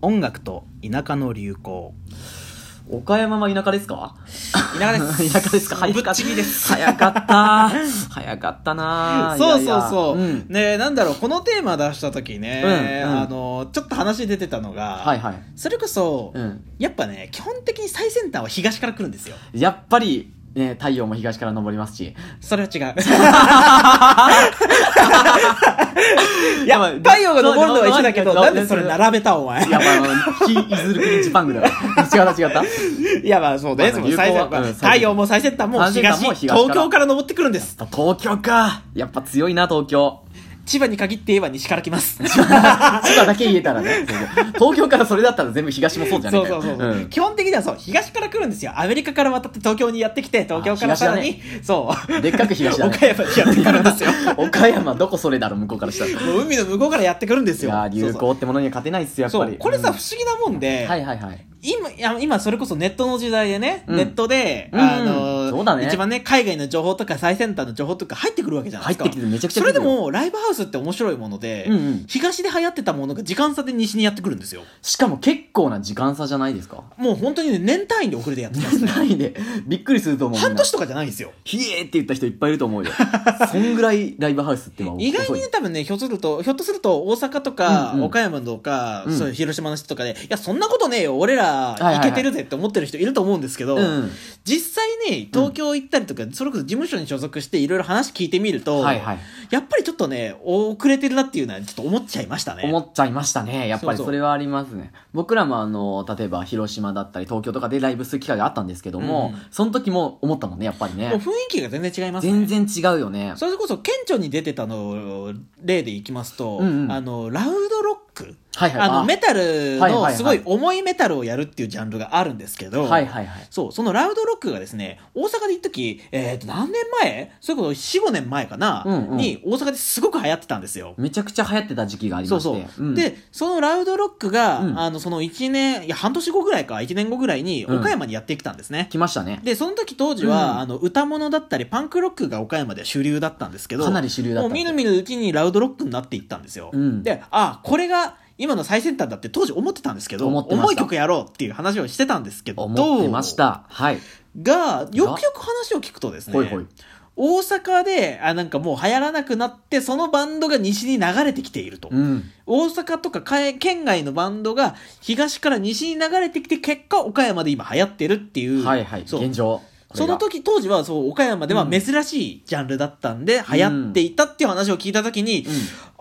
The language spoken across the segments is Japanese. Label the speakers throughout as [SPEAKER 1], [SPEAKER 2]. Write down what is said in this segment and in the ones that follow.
[SPEAKER 1] 音楽と田舎の流行
[SPEAKER 2] 岡山は田舎ですか
[SPEAKER 1] 田舎です
[SPEAKER 2] 田舎 ですか早
[SPEAKER 1] ぶ
[SPEAKER 2] か
[SPEAKER 1] っちぎりです
[SPEAKER 2] 早かった。早かったな
[SPEAKER 1] そう
[SPEAKER 2] い
[SPEAKER 1] そ
[SPEAKER 2] やいうや
[SPEAKER 1] そう、
[SPEAKER 2] ん
[SPEAKER 1] ねなんだろうこのテーマ出した時ね、
[SPEAKER 2] うんうん
[SPEAKER 1] あのちょっと話出てたのが、
[SPEAKER 2] はいはい。
[SPEAKER 1] それこそ、
[SPEAKER 2] うん。
[SPEAKER 1] やっぱね基本的に最先端は東から来るんですよ
[SPEAKER 2] やっぱり、ね、太陽も東から昇りますし。
[SPEAKER 1] それは違 ういや、
[SPEAKER 2] まあ
[SPEAKER 1] 太陽が昇るのは一緒だけど
[SPEAKER 2] ど
[SPEAKER 1] なんでそれ並べたお前
[SPEAKER 2] いや、まあ、ひ、いずる国ジパングだよ。違った違った。
[SPEAKER 1] いやまあそうね、
[SPEAKER 2] まあ
[SPEAKER 1] でも最先端
[SPEAKER 2] 流行はうん
[SPEAKER 1] 太陽も最先端も
[SPEAKER 2] 最先
[SPEAKER 1] 東
[SPEAKER 2] 端も東から
[SPEAKER 1] 東京から登ってくるんです
[SPEAKER 2] 東京か。やっぱ強いな、東京。
[SPEAKER 1] 千葉に限って言えば西から来ます
[SPEAKER 2] 千葉だけ言えたらね。そうそう東京からそれだったら全部東もそうじゃね
[SPEAKER 1] そ
[SPEAKER 2] え
[SPEAKER 1] う
[SPEAKER 2] か
[SPEAKER 1] そ
[SPEAKER 2] よ。
[SPEAKER 1] うそうそう、
[SPEAKER 2] ん
[SPEAKER 1] 基本的にはそう東から来るんですよアメリカから渡って東京にやってきて東京から
[SPEAKER 2] あ東
[SPEAKER 1] さ
[SPEAKER 2] だ
[SPEAKER 1] ら
[SPEAKER 2] ね
[SPEAKER 1] に、そう
[SPEAKER 2] でっかく東だね
[SPEAKER 1] 岡山にやってくるんですよ
[SPEAKER 2] 岡山どこそれだろ、向こうからしたら。
[SPEAKER 1] もう海の向こうからやってくるんです
[SPEAKER 2] い
[SPEAKER 1] よ
[SPEAKER 2] やー流行ってものには勝てないっすよやっ
[SPEAKER 1] そ
[SPEAKER 2] ぱ
[SPEAKER 1] うそう
[SPEAKER 2] り
[SPEAKER 1] これさ、
[SPEAKER 2] うん
[SPEAKER 1] 不思議なもんで、
[SPEAKER 2] はいはいはい
[SPEAKER 1] 今いや今それこそネットの時代でね、
[SPEAKER 2] うん
[SPEAKER 1] ネットで、
[SPEAKER 2] うん
[SPEAKER 1] あのー
[SPEAKER 2] そうだね
[SPEAKER 1] 一番ね海外の情報とか最先端の情報とか入ってくるわけじゃないで
[SPEAKER 2] 入っ
[SPEAKER 1] すか
[SPEAKER 2] てきてめちゃくちゃ
[SPEAKER 1] それで
[SPEAKER 2] 来るよ
[SPEAKER 1] もライブハウスって面白いもので、
[SPEAKER 2] うんうん
[SPEAKER 1] 東で流行ってたものが時間差で西にやってくるんですよ
[SPEAKER 2] しかも結構な時間差じゃないで すか
[SPEAKER 1] もう本当にね年単位で遅れてやってきますね
[SPEAKER 2] ないでびっくりすると思うみんな
[SPEAKER 1] 半年とかじゃないんですよ
[SPEAKER 2] ひえーって言った人いっぱいいると思うよ そんぐらいライブハウスってのは遅い
[SPEAKER 1] 意外にね多分ねひょっとするとひょっとすると大阪とか、
[SPEAKER 2] うんうん
[SPEAKER 1] 岡山とか、
[SPEAKER 2] うん
[SPEAKER 1] そういう広島の人とかでいやそんなことねえよ俺ら
[SPEAKER 2] はいはい
[SPEAKER 1] い
[SPEAKER 2] はい
[SPEAKER 1] けてるぜって思ってる人いると思うんですけど、
[SPEAKER 2] うん
[SPEAKER 1] 実際ね東京行ったりとか、それこそ事務所に所属していろいろ話聞いてみると、
[SPEAKER 2] はいはい
[SPEAKER 1] やっぱりちょっとね遅れてるなっていうのはちょっと思っちゃいましたね
[SPEAKER 2] 思っちゃいましたねやっぱ
[SPEAKER 1] そう
[SPEAKER 2] り
[SPEAKER 1] そう
[SPEAKER 2] それはありますね僕らもあの例えば広島だったり東京とかでライブする機会があったんですけども、
[SPEAKER 1] うん
[SPEAKER 2] その時も思ったもんねやっぱりね
[SPEAKER 1] もう雰囲気が全然違いますね
[SPEAKER 2] 全然違うよね
[SPEAKER 1] それこそ顕著に出てたの例でいきますと、
[SPEAKER 2] うんうん
[SPEAKER 1] あのラウドロック
[SPEAKER 2] はいはい
[SPEAKER 1] あのメタル
[SPEAKER 2] はいはい
[SPEAKER 1] の
[SPEAKER 2] はい
[SPEAKER 1] すごい重いメタルをやるっていうジャンルがあるんですけど、
[SPEAKER 2] はいはいはい
[SPEAKER 1] そうそのラウドロックがですね大阪で行った時、えー、と何年前それこそ45年前かな、
[SPEAKER 2] うんうん
[SPEAKER 1] に大阪ですごく流行ってたんですよ。
[SPEAKER 2] めちゃくちゃ流行ってた時期があり
[SPEAKER 1] そ
[SPEAKER 2] ま
[SPEAKER 1] う
[SPEAKER 2] して
[SPEAKER 1] そう、
[SPEAKER 2] ん
[SPEAKER 1] でそのラウドロックが、
[SPEAKER 2] うん
[SPEAKER 1] あのその1年いや半年後ぐらいか1年後ぐらいに
[SPEAKER 2] うん
[SPEAKER 1] 岡山にやってきたんですね、
[SPEAKER 2] 来ましたね
[SPEAKER 1] でその時当時は、
[SPEAKER 2] うん
[SPEAKER 1] あの歌物だったりパンクロックが岡山では主流だったんですけど
[SPEAKER 2] かなり主流だった
[SPEAKER 1] もうみるみるうちにラウドロックになっていったんですよ、
[SPEAKER 2] うん
[SPEAKER 1] であこれが今の最先端だって当時思ってたんですけど
[SPEAKER 2] 思ってました
[SPEAKER 1] 重い曲やろうっていう話をしてたんですけど
[SPEAKER 2] 思ってましたはい、
[SPEAKER 1] がよくよく話を聞くとですね
[SPEAKER 2] ほいほい
[SPEAKER 1] 大阪であなんかもう流行らなくなってそのバンドが西に流れてきていると、
[SPEAKER 2] うん
[SPEAKER 1] 大阪とかかえ県外のバンドが東から西に流れてきて結果岡山で今流行ってるっていう、
[SPEAKER 2] はいはい
[SPEAKER 1] そう
[SPEAKER 2] 現状これが
[SPEAKER 1] その時当時はそう岡山では珍しいジャンルだったんで、流行っていたっていう話を聞いた時に、
[SPEAKER 2] うん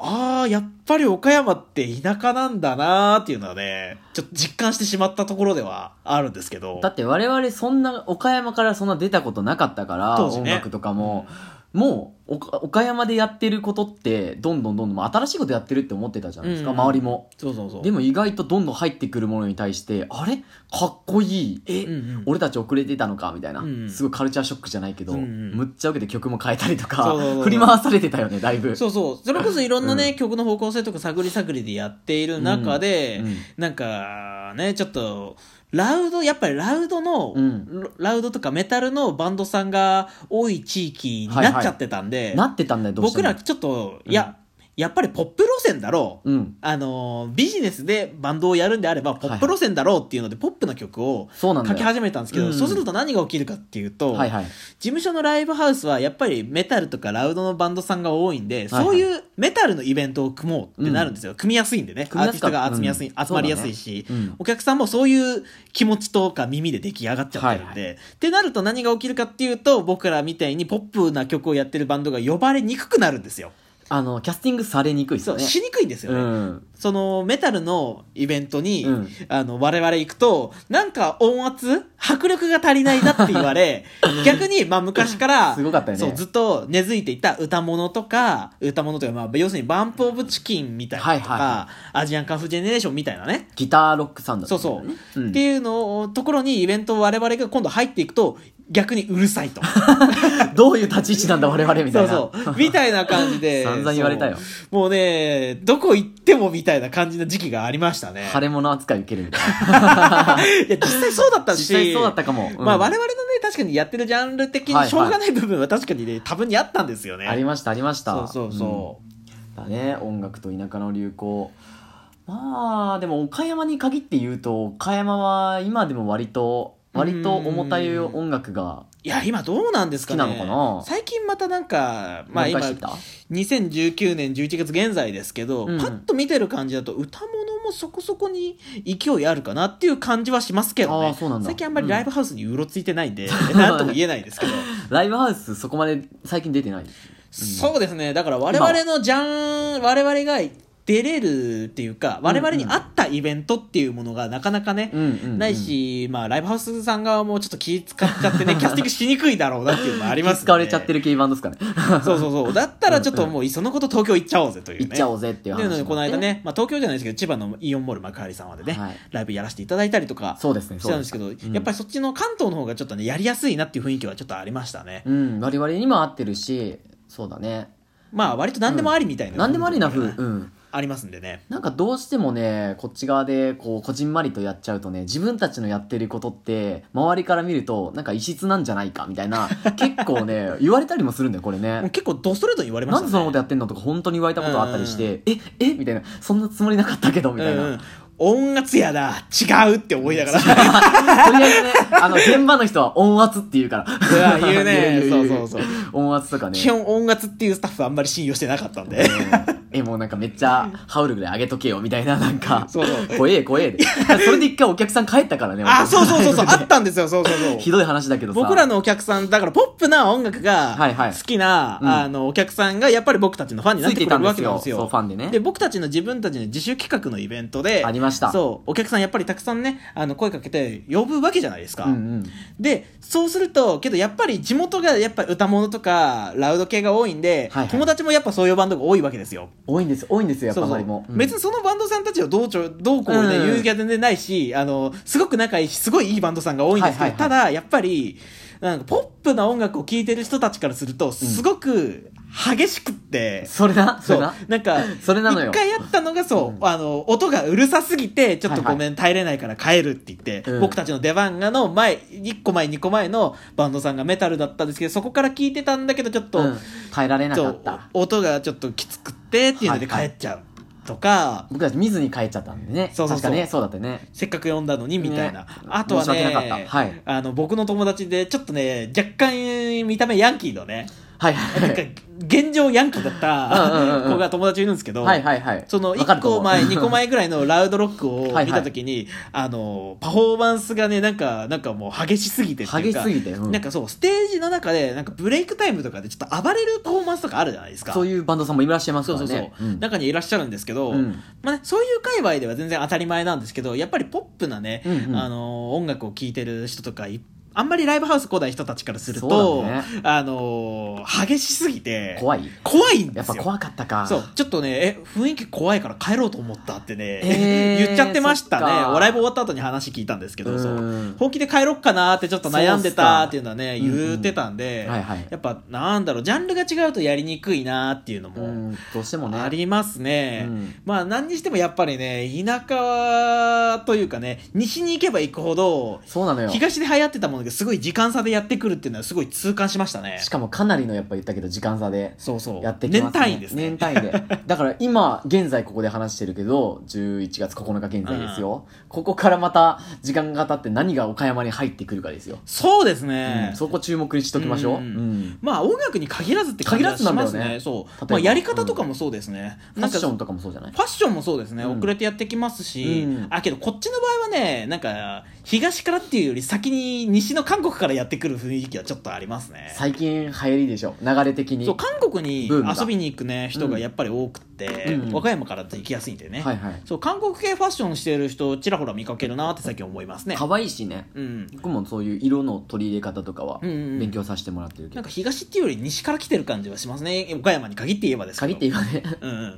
[SPEAKER 1] ああやっぱり岡山って田舎なんだなーっていうのはねちょっと実感してしまったところではあるんですけど
[SPEAKER 2] だって我々そんな岡山からそんな出たことなかったから、
[SPEAKER 1] 当時ね
[SPEAKER 2] 音楽とかも、もう岡岡山でやってることってどんどんどんどんもう新しいことやってるって思ってたじゃないですか、
[SPEAKER 1] うん
[SPEAKER 2] 周りも
[SPEAKER 1] そうそうそう
[SPEAKER 2] でも意外とどんどん入ってくるものに対してあれかっこいいえ、
[SPEAKER 1] うんうん
[SPEAKER 2] 俺たち遅れてたのかみたいな、
[SPEAKER 1] うん
[SPEAKER 2] すごいカルチャーショックじゃないけど、
[SPEAKER 1] うんうん
[SPEAKER 2] むっちゃ受けて曲も変えたりとか
[SPEAKER 1] そうそうそう
[SPEAKER 2] 振り回されてたよねだいぶ
[SPEAKER 1] そうそうそれこそいろんなね、
[SPEAKER 2] う
[SPEAKER 1] 曲の方向性とか探り探りでやっている中で、
[SPEAKER 2] うんうん
[SPEAKER 1] なんかねちょっとラウドやっぱりラウドの、
[SPEAKER 2] うん
[SPEAKER 1] ラウドとかメタルのバンドさんが多い地域になっちゃってたんで、
[SPEAKER 2] なってたんだよどうして
[SPEAKER 1] 僕
[SPEAKER 2] も
[SPEAKER 1] らちょっと、いややっぱりポップ路線だろう、
[SPEAKER 2] うん
[SPEAKER 1] あのービジネスでバンドをやるんであればポップ路線だろうっていうので、ポップの曲を
[SPEAKER 2] そうなんだ
[SPEAKER 1] 書
[SPEAKER 2] よ
[SPEAKER 1] き始めたんですけど、
[SPEAKER 2] うん
[SPEAKER 1] そうすると何が起きるかっていうと、
[SPEAKER 2] はいはい
[SPEAKER 1] 事務所のライブハウスはやっぱりメタルとかラウドのバンドさんが多いんで、
[SPEAKER 2] はいはい
[SPEAKER 1] そういうメタルのイベントを組もうってなるんですよ、組みやすいんでねア
[SPEAKER 2] 組
[SPEAKER 1] ー
[SPEAKER 2] みや
[SPEAKER 1] ティ
[SPEAKER 2] す
[SPEAKER 1] ス
[SPEAKER 2] か
[SPEAKER 1] ト
[SPEAKER 2] った
[SPEAKER 1] が集めやすい、
[SPEAKER 2] うん
[SPEAKER 1] 集まりやすいし、
[SPEAKER 2] うん
[SPEAKER 1] お客さんもそういう気持ちとか耳で出来上がっちゃってるんで、ってなると何が起きるかっていうと僕らみたいにポップな曲をやってるバンドが呼ばれにくくなるんですよ、
[SPEAKER 2] あのキャスティングされにくいです
[SPEAKER 1] そ
[SPEAKER 2] よ
[SPEAKER 1] う
[SPEAKER 2] ね
[SPEAKER 1] しにくいんですよ
[SPEAKER 2] う
[SPEAKER 1] ね、
[SPEAKER 2] ん
[SPEAKER 1] そのメタルのイベントに、
[SPEAKER 2] うん
[SPEAKER 1] あの我々行くとなんか音圧迫力が足りないなって言わ れ逆に、まあ、昔から
[SPEAKER 2] すごかったよね
[SPEAKER 1] そうずっと根付いていた歌物とか歌物というか、まあ、要するにバンプ・オブ・チキンみたいなのとか、
[SPEAKER 2] はいは
[SPEAKER 1] アジアンカンフージェネレーションみたいなね
[SPEAKER 2] ギターロックサウンドだ
[SPEAKER 1] そう
[SPEAKER 2] っ
[SPEAKER 1] そ
[SPEAKER 2] たんだよ
[SPEAKER 1] う
[SPEAKER 2] ね、ん
[SPEAKER 1] っていうのをところにイベントを我々が今度入っていくと逆にうるさいと
[SPEAKER 2] どういう立ち位置なんだ我 々み
[SPEAKER 1] そ
[SPEAKER 2] たいうな。
[SPEAKER 1] そうみたいな感じで
[SPEAKER 2] 散々言われたよ
[SPEAKER 1] そうもうねどこ行ってもみたいな感じの時期がありましたね
[SPEAKER 2] 腫れ物扱い受けるみたいな。
[SPEAKER 1] いや、実際そうだったし。
[SPEAKER 2] 実際そうだったかも。うん
[SPEAKER 1] まあ、我々のね、確かにやってるジャンル的にしょうがない部分は確かにね、多分にあったんですよね。
[SPEAKER 2] ありましたありました。
[SPEAKER 1] そうそうそう。
[SPEAKER 2] うん。だね、音楽と田舎の流行。まあでも岡山に限って言うと岡山は今でも割と割と重たい音楽が
[SPEAKER 1] いや、今どうなんですかね。
[SPEAKER 2] 好きなのかな
[SPEAKER 1] 最近またなんか、まあ
[SPEAKER 2] 盛り
[SPEAKER 1] 今
[SPEAKER 2] 返、してきた、
[SPEAKER 1] 2019年11月現在ですけど、
[SPEAKER 2] うん
[SPEAKER 1] パッと見てる感じだと歌物もそこそこに勢いあるかなっていう感じはしますけどね。
[SPEAKER 2] あーそうなんだ
[SPEAKER 1] 最近あんまりライブハウスにうろついてないんで、 なんとも言えないですけど。
[SPEAKER 2] ライブハウスそこまで最近出てない
[SPEAKER 1] そうですね。だから我々のジャン、我々が出れるっていうか、我々に合ったイベントっていうものがなかなかね、
[SPEAKER 2] うんうんうん
[SPEAKER 1] ないし、まあ、ライブハウスさん側もちょっと気使っちゃって ね、キャスティングしにくいだろうなっていうのもありますんで
[SPEAKER 2] 使われちゃってる系バンドですかね
[SPEAKER 1] そうそうそう。だったらちょっともういっそのこと東京行っちゃおうぜというね。
[SPEAKER 2] 行っちゃおうぜっていう
[SPEAKER 1] って
[SPEAKER 2] 話
[SPEAKER 1] いう
[SPEAKER 2] も
[SPEAKER 1] の
[SPEAKER 2] あって
[SPEAKER 1] でこの間ね、まあ、東京じゃないですけど千葉のイオンモール幕張さんまでね、
[SPEAKER 2] はい
[SPEAKER 1] ライブやらせていただいたりとか
[SPEAKER 2] そうですね
[SPEAKER 1] し
[SPEAKER 2] そう
[SPEAKER 1] たんで
[SPEAKER 2] で
[SPEAKER 1] すすけど
[SPEAKER 2] うん
[SPEAKER 1] やっぱりそっちの関東の方がちょっとねやりやすいなっていう雰囲気はちょっとありましたね、
[SPEAKER 2] うん我々にも合ってるしそうだね
[SPEAKER 1] まあ割と何でもありみたいな、
[SPEAKER 2] 何でもありなふう、
[SPEAKER 1] 雰囲気がね
[SPEAKER 2] うん、
[SPEAKER 1] ありますんでね
[SPEAKER 2] なんかどうしてもねこっち側でこうこじんまりとやっちゃうとね自分たちのやってることって周りから見るとなんか異質なんじゃないかみたい な結構ね言われたりもするんだよこれ
[SPEAKER 1] もう
[SPEAKER 2] ね。
[SPEAKER 1] 結構ドストレートに言われまし
[SPEAKER 2] な
[SPEAKER 1] た
[SPEAKER 2] ん
[SPEAKER 1] ね
[SPEAKER 2] でそんなことやってんのとか本当に言われたことあったりして、ええみたいな、そんなつもりなかったけど、みたいな。
[SPEAKER 1] うんうん音圧やだ違うって思いながら
[SPEAKER 2] とりあえずね、あの、現場の人は音圧って言うから。
[SPEAKER 1] うわ言うね
[SPEAKER 2] 言言言
[SPEAKER 1] そうそうそう
[SPEAKER 2] 音圧とかね。
[SPEAKER 1] 基本音圧っていうスタッフあんまり信用してなかったんで
[SPEAKER 2] え、もうなんかめっちゃ、ハウルぐらい上げとけよ、みたいな、なんか。
[SPEAKER 1] そうそう
[SPEAKER 2] 怖え、怖えで。それで一回お客さん帰ったからね。
[SPEAKER 1] あそうそうそう そうあ
[SPEAKER 2] あ
[SPEAKER 1] ったんですよそうそうそう
[SPEAKER 2] ひどい話だけどさ。
[SPEAKER 1] 僕らのお客さん、だからポップな音楽が
[SPEAKER 2] はいはい
[SPEAKER 1] 好きな、
[SPEAKER 2] うん
[SPEAKER 1] あの、お客さんがやっぱり僕たちのファンになってくれるわけなんですよ。
[SPEAKER 2] そう、ファンでね。
[SPEAKER 1] で、僕たちの自分たちの自主企画のイベントで、
[SPEAKER 2] ありました。
[SPEAKER 1] そう、お客さんやっぱりたくさんね、あの、声かけて呼ぶわけじゃないですか。
[SPEAKER 2] うんうん。
[SPEAKER 1] で、そうすると、けどやっぱり地元がやっぱ歌物とかラウド系が多いんで、
[SPEAKER 2] はいはい
[SPEAKER 1] 友達もやっぱそういうバンドが多いわけですよ。
[SPEAKER 2] 多いんです、多いんですよ、やっぱ周り
[SPEAKER 1] そう。
[SPEAKER 2] も
[SPEAKER 1] そう別
[SPEAKER 2] に。
[SPEAKER 1] にそのバンドさんたちをどうちょどうこうで
[SPEAKER 2] うん
[SPEAKER 1] 言う気は全然ないし、あのすごく仲いいしすごいいいバンドさんが多いんですけど、
[SPEAKER 2] はいはいは
[SPEAKER 1] た
[SPEAKER 2] い
[SPEAKER 1] だやっぱりなんかポップな音楽を聴いてる人たちからするとすごく激しくって、
[SPEAKER 2] それな、そ
[SPEAKER 1] そ
[SPEAKER 2] れ
[SPEAKER 1] う
[SPEAKER 2] な。
[SPEAKER 1] なんか
[SPEAKER 2] それなのよ
[SPEAKER 1] 一回やったのがそう、あの音がうるさすぎてちょっと
[SPEAKER 2] はいはい
[SPEAKER 1] ごめん、耐えれないから帰るって言って、
[SPEAKER 2] うん
[SPEAKER 1] 僕たちの出番がの前1個前2個前のバンドさんがメタルだったんですけどそこから聴いてたんだけどちょっと。
[SPEAKER 2] うん耐えられな
[SPEAKER 1] そ
[SPEAKER 2] か
[SPEAKER 1] う
[SPEAKER 2] った。
[SPEAKER 1] 音がちょっときつくってっていうので帰っちゃうとか、
[SPEAKER 2] 僕たち見ずに帰っちゃったんでね。
[SPEAKER 1] そうそうそう
[SPEAKER 2] 確かね、そうだったよね。
[SPEAKER 1] せっかく読んだのにみたいな、
[SPEAKER 2] ね
[SPEAKER 1] あとは
[SPEAKER 2] 申
[SPEAKER 1] ね
[SPEAKER 2] し訳なかったはい
[SPEAKER 1] あの僕の友達でちょっとね若干見た目ヤンキーのね
[SPEAKER 2] はい
[SPEAKER 1] な
[SPEAKER 2] は
[SPEAKER 1] んか
[SPEAKER 2] い。
[SPEAKER 1] 現状ヤンキーだ
[SPEAKER 2] うんうんう
[SPEAKER 1] っ
[SPEAKER 2] んうん
[SPEAKER 1] た子が友達いるんですけど、
[SPEAKER 2] はいはいはい。
[SPEAKER 1] その
[SPEAKER 2] わか
[SPEAKER 1] 1
[SPEAKER 2] ると思
[SPEAKER 1] 個
[SPEAKER 2] う
[SPEAKER 1] 前2個。前ぐらいのラウドロック
[SPEAKER 2] は
[SPEAKER 1] を
[SPEAKER 2] いはい
[SPEAKER 1] 見た時にあのパフォーマンスがねなんかなんかもう激しすぎてっていう
[SPEAKER 2] 激し
[SPEAKER 1] か
[SPEAKER 2] すぎて。うん
[SPEAKER 1] なんかそうステージの中でなんかブレイクタイムとかでちょっと暴れるパフォーマンスとかあるじゃないですか
[SPEAKER 2] そういうバンドさんもいらっしゃいます
[SPEAKER 1] そ
[SPEAKER 2] か
[SPEAKER 1] う
[SPEAKER 2] ら
[SPEAKER 1] そう
[SPEAKER 2] ね。
[SPEAKER 1] そう、
[SPEAKER 2] ん
[SPEAKER 1] 中にいらっしゃるんですけど、
[SPEAKER 2] うん
[SPEAKER 1] まあね、そういう界隈では全然当たり前なんですけどやっぱりポップなね、
[SPEAKER 2] うんうん
[SPEAKER 1] あのー音楽を聴いてる人とかいあんまりライブハウス来ない人たちからする
[SPEAKER 2] そう
[SPEAKER 1] と、
[SPEAKER 2] だね
[SPEAKER 1] あのー激しすぎて
[SPEAKER 2] 怖い
[SPEAKER 1] 怖いんで
[SPEAKER 2] やっ
[SPEAKER 1] す
[SPEAKER 2] ぱ
[SPEAKER 1] よ。
[SPEAKER 2] 怖かったか。
[SPEAKER 1] そうちょっとねえ雰囲気怖いから帰ろうと思ったってね、
[SPEAKER 2] えー
[SPEAKER 1] 言っちゃってましたね
[SPEAKER 2] そっか
[SPEAKER 1] おライブ終わった後に話聞いたんですけどそう
[SPEAKER 2] うん
[SPEAKER 1] 本気で帰ろっかなーってちょっと悩んでたっていうのはね
[SPEAKER 2] そうっすか
[SPEAKER 1] 言ってたんで、
[SPEAKER 2] はいはい。
[SPEAKER 1] やっぱなんだろうジャンルが違うとやりにくいなーっていうのも、
[SPEAKER 2] うん、どうしてもね。
[SPEAKER 1] ありますね、
[SPEAKER 2] うん
[SPEAKER 1] まあ何にしてもやっぱりね田舎というかね西に行けば行くほど
[SPEAKER 2] そうなのよ。
[SPEAKER 1] 東で流行ってたものがすごい時間差でやってくるっていうのはすごい痛感しましたね
[SPEAKER 2] しかもかなりのやっぱ言ったけど時間差で
[SPEAKER 1] そうそう
[SPEAKER 2] やってきます、ね、
[SPEAKER 1] 年単位ですね
[SPEAKER 2] 年単位でだから今現在ここで話してるけど11月9日現在ですよ、ここからまた時間が経って何が岡山に入ってくるかですよ、
[SPEAKER 1] そうです
[SPEAKER 2] う
[SPEAKER 1] ね
[SPEAKER 2] ん、、そこ注目にしときましょう、
[SPEAKER 1] う
[SPEAKER 2] うんん
[SPEAKER 1] まあ音楽に限らずって感じがします
[SPEAKER 2] 限らずなんだよ
[SPEAKER 1] ね
[SPEAKER 2] ね
[SPEAKER 1] そう、
[SPEAKER 2] 例えば
[SPEAKER 1] まあ、やり方とかもそうですね、
[SPEAKER 2] ファ
[SPEAKER 1] な
[SPEAKER 2] ッ
[SPEAKER 1] んか
[SPEAKER 2] ションとかもそうじゃない
[SPEAKER 1] ファッションもそうですね、
[SPEAKER 2] うん
[SPEAKER 1] 遅れてやってきますし、
[SPEAKER 2] うん
[SPEAKER 1] あけどこっちの場合はねなんか東からっていうより先に西の韓国からやってくる雰囲気はちょっとありますね
[SPEAKER 2] 最近流行りでしょ流れ的に
[SPEAKER 1] そう韓国に
[SPEAKER 2] ブームだ
[SPEAKER 1] 遊びに行くね人がやっぱり多くって、
[SPEAKER 2] うん
[SPEAKER 1] 和歌山からだと行きやすいんでね、
[SPEAKER 2] はいはい
[SPEAKER 1] そう韓国系ファッションしてる人ちらほら見かけるなって最近思いますね
[SPEAKER 2] 可愛いしね
[SPEAKER 1] うん
[SPEAKER 2] 僕もそういう色の取り入れ方とかは
[SPEAKER 1] うんうんうん
[SPEAKER 2] 勉強させてもらってるけど、
[SPEAKER 1] なんか東っていうより西から来てる感じはしますね岡山に限って言えばですけど
[SPEAKER 2] 限って言わね
[SPEAKER 1] うんうん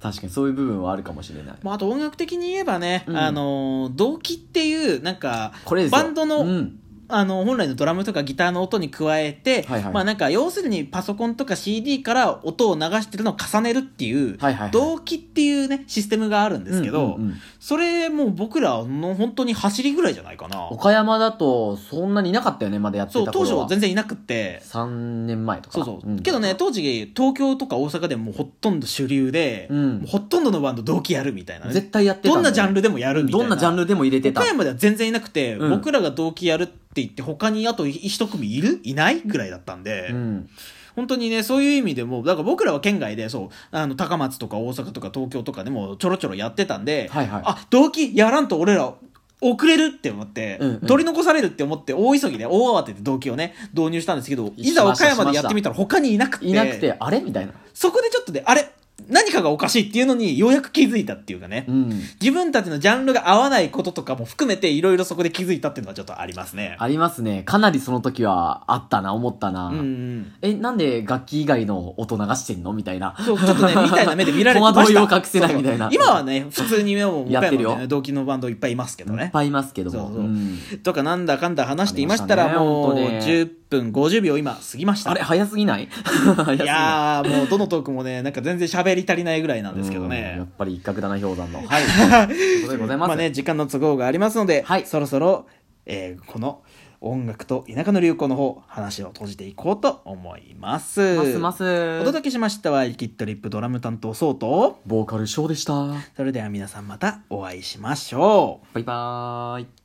[SPEAKER 2] 確かにそういう部分はあるかもしれない
[SPEAKER 1] まあ、あと音楽的に言えばね、
[SPEAKER 2] うん
[SPEAKER 1] あのー動機っていうなんか
[SPEAKER 2] これですよ
[SPEAKER 1] バンドの
[SPEAKER 2] うん
[SPEAKER 1] あの本来のドラムとかギターの音に加えて、
[SPEAKER 2] はいはい
[SPEAKER 1] まあなんか要するにパソコンとか CD から音を流してるのを重ねるっていう、
[SPEAKER 2] はいはいはい
[SPEAKER 1] 動機っていうねシステムがあるんですけど、
[SPEAKER 2] うんうんうん
[SPEAKER 1] それもう僕らの本当に走りぐらいじゃないかな
[SPEAKER 2] 岡山だとそんなにいなかったよねまだやって
[SPEAKER 1] そう
[SPEAKER 2] た
[SPEAKER 1] 当
[SPEAKER 2] 頃
[SPEAKER 1] 初
[SPEAKER 2] は
[SPEAKER 1] 全然いなくって
[SPEAKER 2] 3年前とか
[SPEAKER 1] そう
[SPEAKER 2] な
[SPEAKER 1] そう、
[SPEAKER 2] ん
[SPEAKER 1] けどね当時東京とか大阪でもうほとんど主流で、
[SPEAKER 2] うん
[SPEAKER 1] もうほとんどのバンド同期やるみたいなね、
[SPEAKER 2] 絶対やってた
[SPEAKER 1] どんなジャン
[SPEAKER 2] ル
[SPEAKER 1] ルでもやるみたいな
[SPEAKER 2] どんなジャンルでも入れてた
[SPEAKER 1] 岡山では全然いなくて、
[SPEAKER 2] うん
[SPEAKER 1] 僕らが同期やるって言って他にあと一組いるいないぐらいだったんで、
[SPEAKER 2] うん
[SPEAKER 1] 本当にねそういう意味でもだから僕らは県外でそうあの高松とか大阪とか東京とかでもちょろちょろやってたんで、
[SPEAKER 2] はいはい
[SPEAKER 1] あ同期やらんと俺ら遅れるって思って、
[SPEAKER 2] うんうん
[SPEAKER 1] 取り残されるって思って大急ぎで大慌てで同期をね導入したんですけどいざ
[SPEAKER 2] しま
[SPEAKER 1] 岡
[SPEAKER 2] した
[SPEAKER 1] 山でやってみたら他にいなくて
[SPEAKER 2] いなくてあれみたいな
[SPEAKER 1] そこでちょっとねあれ何かがおかしいっていうのにようやく気づいたっていうかね、
[SPEAKER 2] うん
[SPEAKER 1] 自分たちのジャンルが合わないこととかも含めていろいろそこで気づいたっていうのはちょっとありますね。
[SPEAKER 2] ありますねかなりその時はあったな思ったな、
[SPEAKER 1] うんうん、
[SPEAKER 2] えなんで楽器以外の音流してんのみたいな
[SPEAKER 1] そうちょっとね、みたいな目で見られてました
[SPEAKER 2] 戸惑いを隠せないみたい
[SPEAKER 1] そ
[SPEAKER 2] な
[SPEAKER 1] う そう今はね、普通に目を、
[SPEAKER 2] やってる
[SPEAKER 1] 岡
[SPEAKER 2] よ
[SPEAKER 1] 山ね同期のバンドいっぱいいますけど
[SPEAKER 2] いっ
[SPEAKER 1] ね。
[SPEAKER 2] ぱいいますけども
[SPEAKER 1] そうそう
[SPEAKER 2] うん
[SPEAKER 1] とか、なんだかんだ話していましたら、
[SPEAKER 2] ありましたね
[SPEAKER 1] もう、
[SPEAKER 2] 本当ね
[SPEAKER 1] 10分50秒今、過ぎました。
[SPEAKER 2] あれ早すぎない早すぎない
[SPEAKER 1] いやー、もう、どのトークもね、なんか全然喋り足りないぐらいなんですけど
[SPEAKER 2] うんや
[SPEAKER 1] ね
[SPEAKER 2] っ。ぱり一角だな氷山のはい ということでございます、
[SPEAKER 1] まあね、時間の都合がありますので、
[SPEAKER 2] はい
[SPEAKER 1] そろそろ、えーこの音楽と田舎の流行の方、話を閉じていこうと思います。
[SPEAKER 2] ますます
[SPEAKER 1] お届けしましたは、リキッドリップドラム担当、ソウと、
[SPEAKER 2] ボーカルショーでした
[SPEAKER 1] それでは皆さんまたお会いしましょう。
[SPEAKER 2] バイバーイ